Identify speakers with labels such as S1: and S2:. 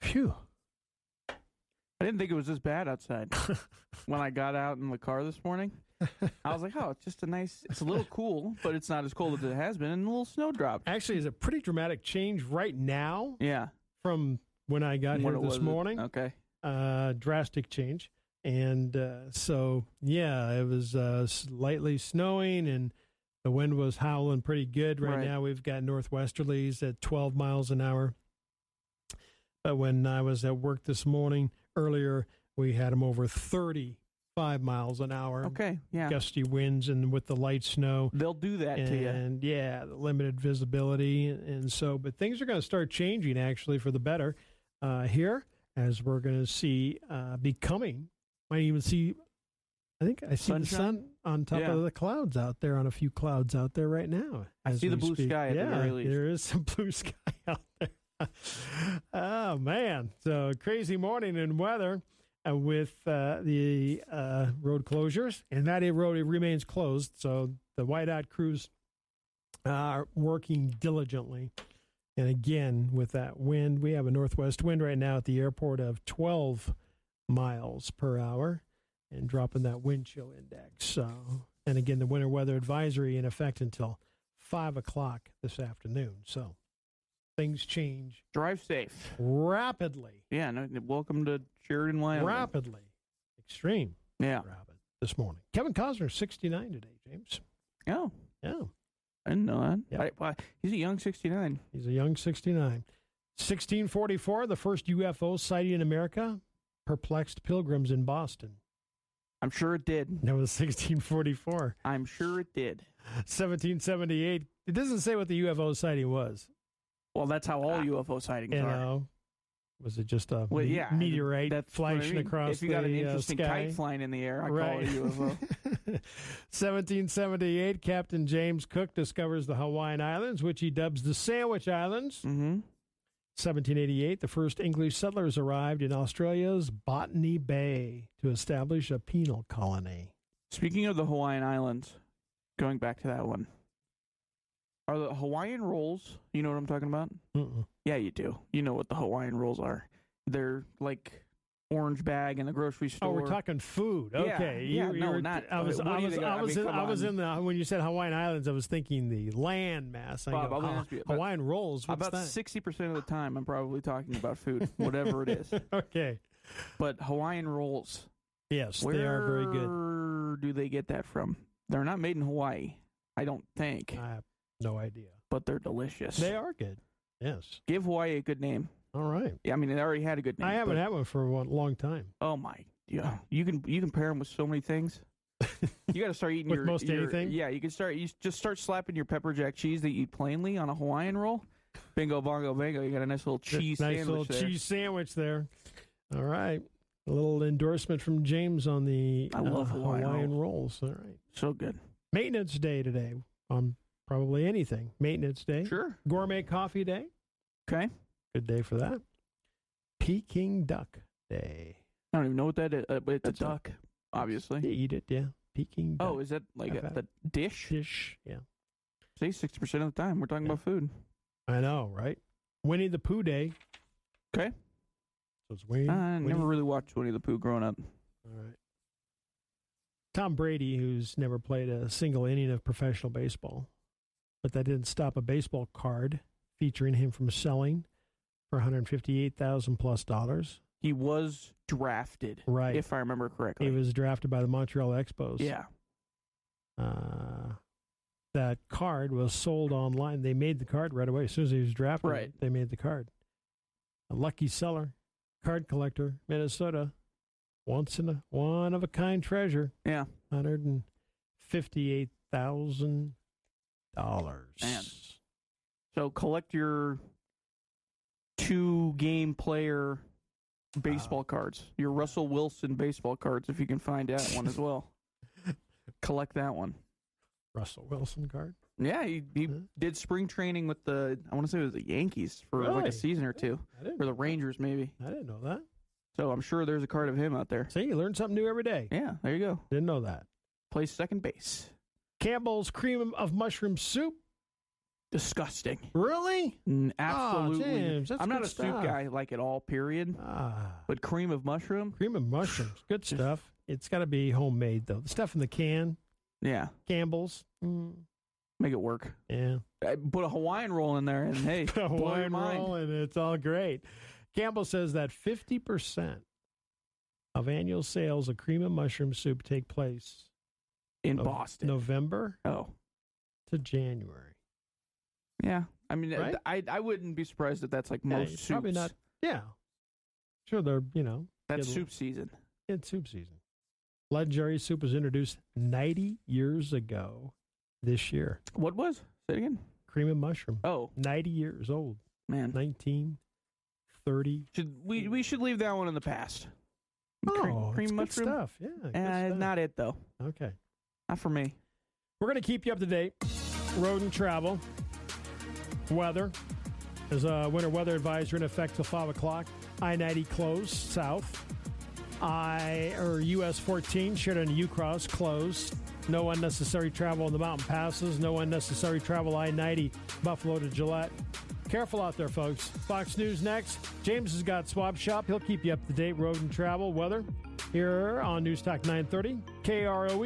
S1: Phew.
S2: I didn't think it was this bad outside. when I got out in the car this morning, I was like, "Oh, it's just a nice. It's a little cool, but it's not as cold as it has been." And a little snow drop.
S1: Actually, it's a pretty dramatic change right now
S2: Yeah,
S1: from when I got
S2: What
S1: here
S2: it
S1: this
S2: was. uh.
S1: morning.
S2: Okay,
S1: Uh, drastic change. And uh, so, yeah, it was uh, slightly snowing and the wind was howling pretty good. Right,
S2: Right.
S1: now, we've got northwesterlies at 12 miles an hour. But when I was at work this morning earlier, we had them over 35 miles an hour.
S2: okay, yeah.
S1: Gusty winds and with the light snow.
S2: They'll do that to you.
S1: and yeah, the limited visibility, and so. But things are going to start changing actually for the better uh, here, as we're going to see uh, becoming. Might even see. I think I see the
S2: Sunshine?
S1: sun on top
S2: Yeah.
S1: of the clouds out there on a few clouds out there right now. I
S2: see the blue sky at the
S1: yeah,
S2: very least.
S1: there is some blue sky out there. oh man, so crazy morning and weather. Uh, with uh, the uh, road closures, and that road it remains closed. So the whiteout crews are working diligently. And again, with that wind, we have a northwest wind right now at the airport of 12 miles per hour and dropping that wind chill index. So, and again, the winter weather advisory in effect until 5 o'clock this afternoon. So things change
S2: Drive safe.
S1: rapidly,
S2: Yeah. No, welcome to Sheridan, Wyoming.
S1: rapidly, extreme
S2: Yeah.
S1: rapid this morning. Kevin Cosner, 69 today, James.
S2: Oh,
S1: Yeah.
S2: I didn't know that.
S1: Yep.
S2: I- why- he's a young sixty-nine.
S1: He's a young 69. 1644, the first UFO sighting in America perplexed pilgrims in Boston.
S2: I'm sure it did.
S1: That was 1644.
S2: I'm sure it did.
S1: 1778. It doesn't say what the UFO sighting was.
S2: Well, that's how
S1: Ah.
S2: all UFO sightings
S1: You
S2: are.
S1: know, was it just a
S2: Well,
S1: me-
S2: yeah,
S1: meteorite
S2: that's what I
S1: flashing
S2: mean.
S1: across
S2: If you got
S1: the
S2: an
S1: uh,
S2: interesting
S1: sky?
S2: kite flying in the air, I
S1: right.
S2: call it a UFO.
S1: 1778, Captain James Cook discovers the Hawaiian Islands, which he dubs the Sandwich Islands.
S2: mm-hmm.
S1: 1788, the first English settlers arrived in Australia's Botany Bay to establish a penal colony.
S2: Speaking of the Hawaiian Islands, going back to that one, are the Hawaiian rolls? You know what I'm talking about?
S1: Mm-mm.
S2: Yeah, you do. You know what the Hawaiian rolls are? They're like orange bag in the grocery store.
S1: Oh, we're talking food.
S2: Yeah,
S1: Okay,
S2: yeah,
S1: you, you
S2: no,
S1: were,
S2: not-
S1: I was,
S2: what do
S1: I
S2: you
S1: was,
S2: think?
S1: I
S2: I
S1: was,
S2: mean,
S1: in,
S2: come
S1: I was
S2: on.
S1: in the when you said Hawaiian Islands, I was thinking the land mass. I
S2: Bob,
S1: go,
S2: I'm gonna
S1: "Huh,
S2: ask you about-
S1: Hawaiian rolls. What's
S2: About
S1: that?
S2: sixty percent of the time, I'm probably talking about food, whatever it is.
S1: okay,
S2: But Hawaiian rolls,
S1: yes,
S2: where
S1: they are very good.
S2: good. Do they get that from? They're not made in Hawaii, I don't think,
S1: I have no idea.
S2: but they're delicious.
S1: Uh, They are good. Yes.
S2: Give Hawaii a good name.
S1: All right.
S2: Yeah, I mean, it already had a good name.
S1: I haven't
S2: but-
S1: had one for a long time.
S2: Oh my, yeah. You can you can pair them with so many things. You got to start eating
S1: With
S2: your,
S1: most
S2: your-
S1: anything?
S2: Yeah, you can start. You just start slapping your pepper jack cheese that you eat plainly on a Hawaiian roll. Bingo, bongo, bingo. You got a nice little cheese
S1: nice
S2: sandwich
S1: little
S2: there.
S1: cheese sandwich there. All right, a little endorsement from James on the uh,
S2: I love Hawaiian
S1: rolls. All right,
S2: So good.
S1: maintenance day today on probably anything. Maintenance day,
S2: Sure.
S1: gourmet coffee day,
S2: Okay.
S1: good day for that. Peking duck day.
S2: I don't even know what that is, uh, but it's
S1: That's
S2: a
S1: a-
S2: duck, obviously.
S1: You eat it, yeah. Peking duck
S2: Oh, is that like
S1: I've
S2: a,
S1: had
S2: the dish?
S1: dish, yeah.
S2: See, sixty percent of the time we're talking
S1: Yeah.
S2: about food.
S1: I know, right? Winnie the Pooh day.
S2: Okay.
S1: So it's Winnie.
S2: I
S1: Winnie-
S2: never really watched Winnie the Pooh growing up.
S1: All right. Tom Brady, who's never played a single inning of professional baseball, but that didn't stop a baseball card featuring him from selling for 158,000 plus dollars.
S2: He was drafted,
S1: Right.
S2: if I remember correctly.
S1: he was drafted by the Montreal Expos.
S2: yeah.
S1: Uh, that card was sold online. They made the card right away. As soon as he was drafted,
S2: Right.
S1: they made the card. A lucky seller, card collector, Minnesota. Once in a one of a kind treasure.
S2: Yeah.
S1: Hundred and fifty eight thousand dollars.
S2: Man. So collect your two game player
S1: Ah.
S2: baseball cards, your Russell Wilson baseball cards, if you can find that one as well. Collect that one.
S1: Russell Wilson card.
S2: Yeah, he, he
S1: Huh?
S2: did spring training with the I want to say it was the Yankees for like
S1: Really?
S2: a season or two,
S1: I didn't
S2: or the Rangers maybe.
S1: I didn't know that.
S2: So I'm sure there's a card of him out there.
S1: See, you learn something new every day.
S2: Yeah, there you go.
S1: Didn't know that.
S2: Plays second base.
S1: Campbell's cream of mushroom soup
S2: Disgusting.
S1: Really?
S2: N- Absolutely.
S1: Ah, James, that's
S2: I'm not
S1: good
S2: a
S1: stuff.
S2: soup guy like at all, period.
S1: Ah,
S2: But cream of mushroom?
S1: cream of mushrooms. Good stuff. It's got to be homemade though. The stuff in the can,
S2: Yeah.
S1: Campbell's. Mm,
S2: Make it work.
S1: yeah.
S2: Uh, Put a Hawaiian roll in there and hey,
S1: Put a
S2: blow your
S1: Hawaiian
S2: mind.
S1: roll and it's all great. Campbell says that 50% of annual sales of cream of mushroom soup take place
S2: in
S1: of
S2: Boston.
S1: November
S2: Oh.
S1: to January.
S2: Yeah. I mean, uh,
S1: Right?
S2: I I wouldn't be surprised if that's like
S1: Yeah,
S2: most
S1: it's
S2: soups.
S1: probably not- Yeah. Sure, they're, you know,
S2: That's
S1: good.
S2: soup season.
S1: it's soup season. Legendary soup was introduced 90 years ago this year.
S2: What was? Say it again.
S1: Cream of mushroom,
S2: Oh
S1: 90 years old,
S2: man.
S1: 1930.
S2: Should we we should leave that one in the past? Cream-
S1: oh,
S2: cream
S1: it's good
S2: mushroom.
S1: stuff. Yeah. good
S2: Uh,
S1: stuff.
S2: not it though.
S1: Okay.
S2: Not for me.
S1: We're going to keep you up to date. Road and travel, weather. There's a winter weather advisory in effect till 5 o'clock. I 90 closed south. I or US 14 Sheridan to Ucross closed. No unnecessary travel in the mountain passes. No unnecessary travel I 90 Buffalo to Gillette. Careful out there, folks. Fox News next. James has got Swap Shop. He'll keep you up to date. Road and travel, weather here on News Talk 930 KROE.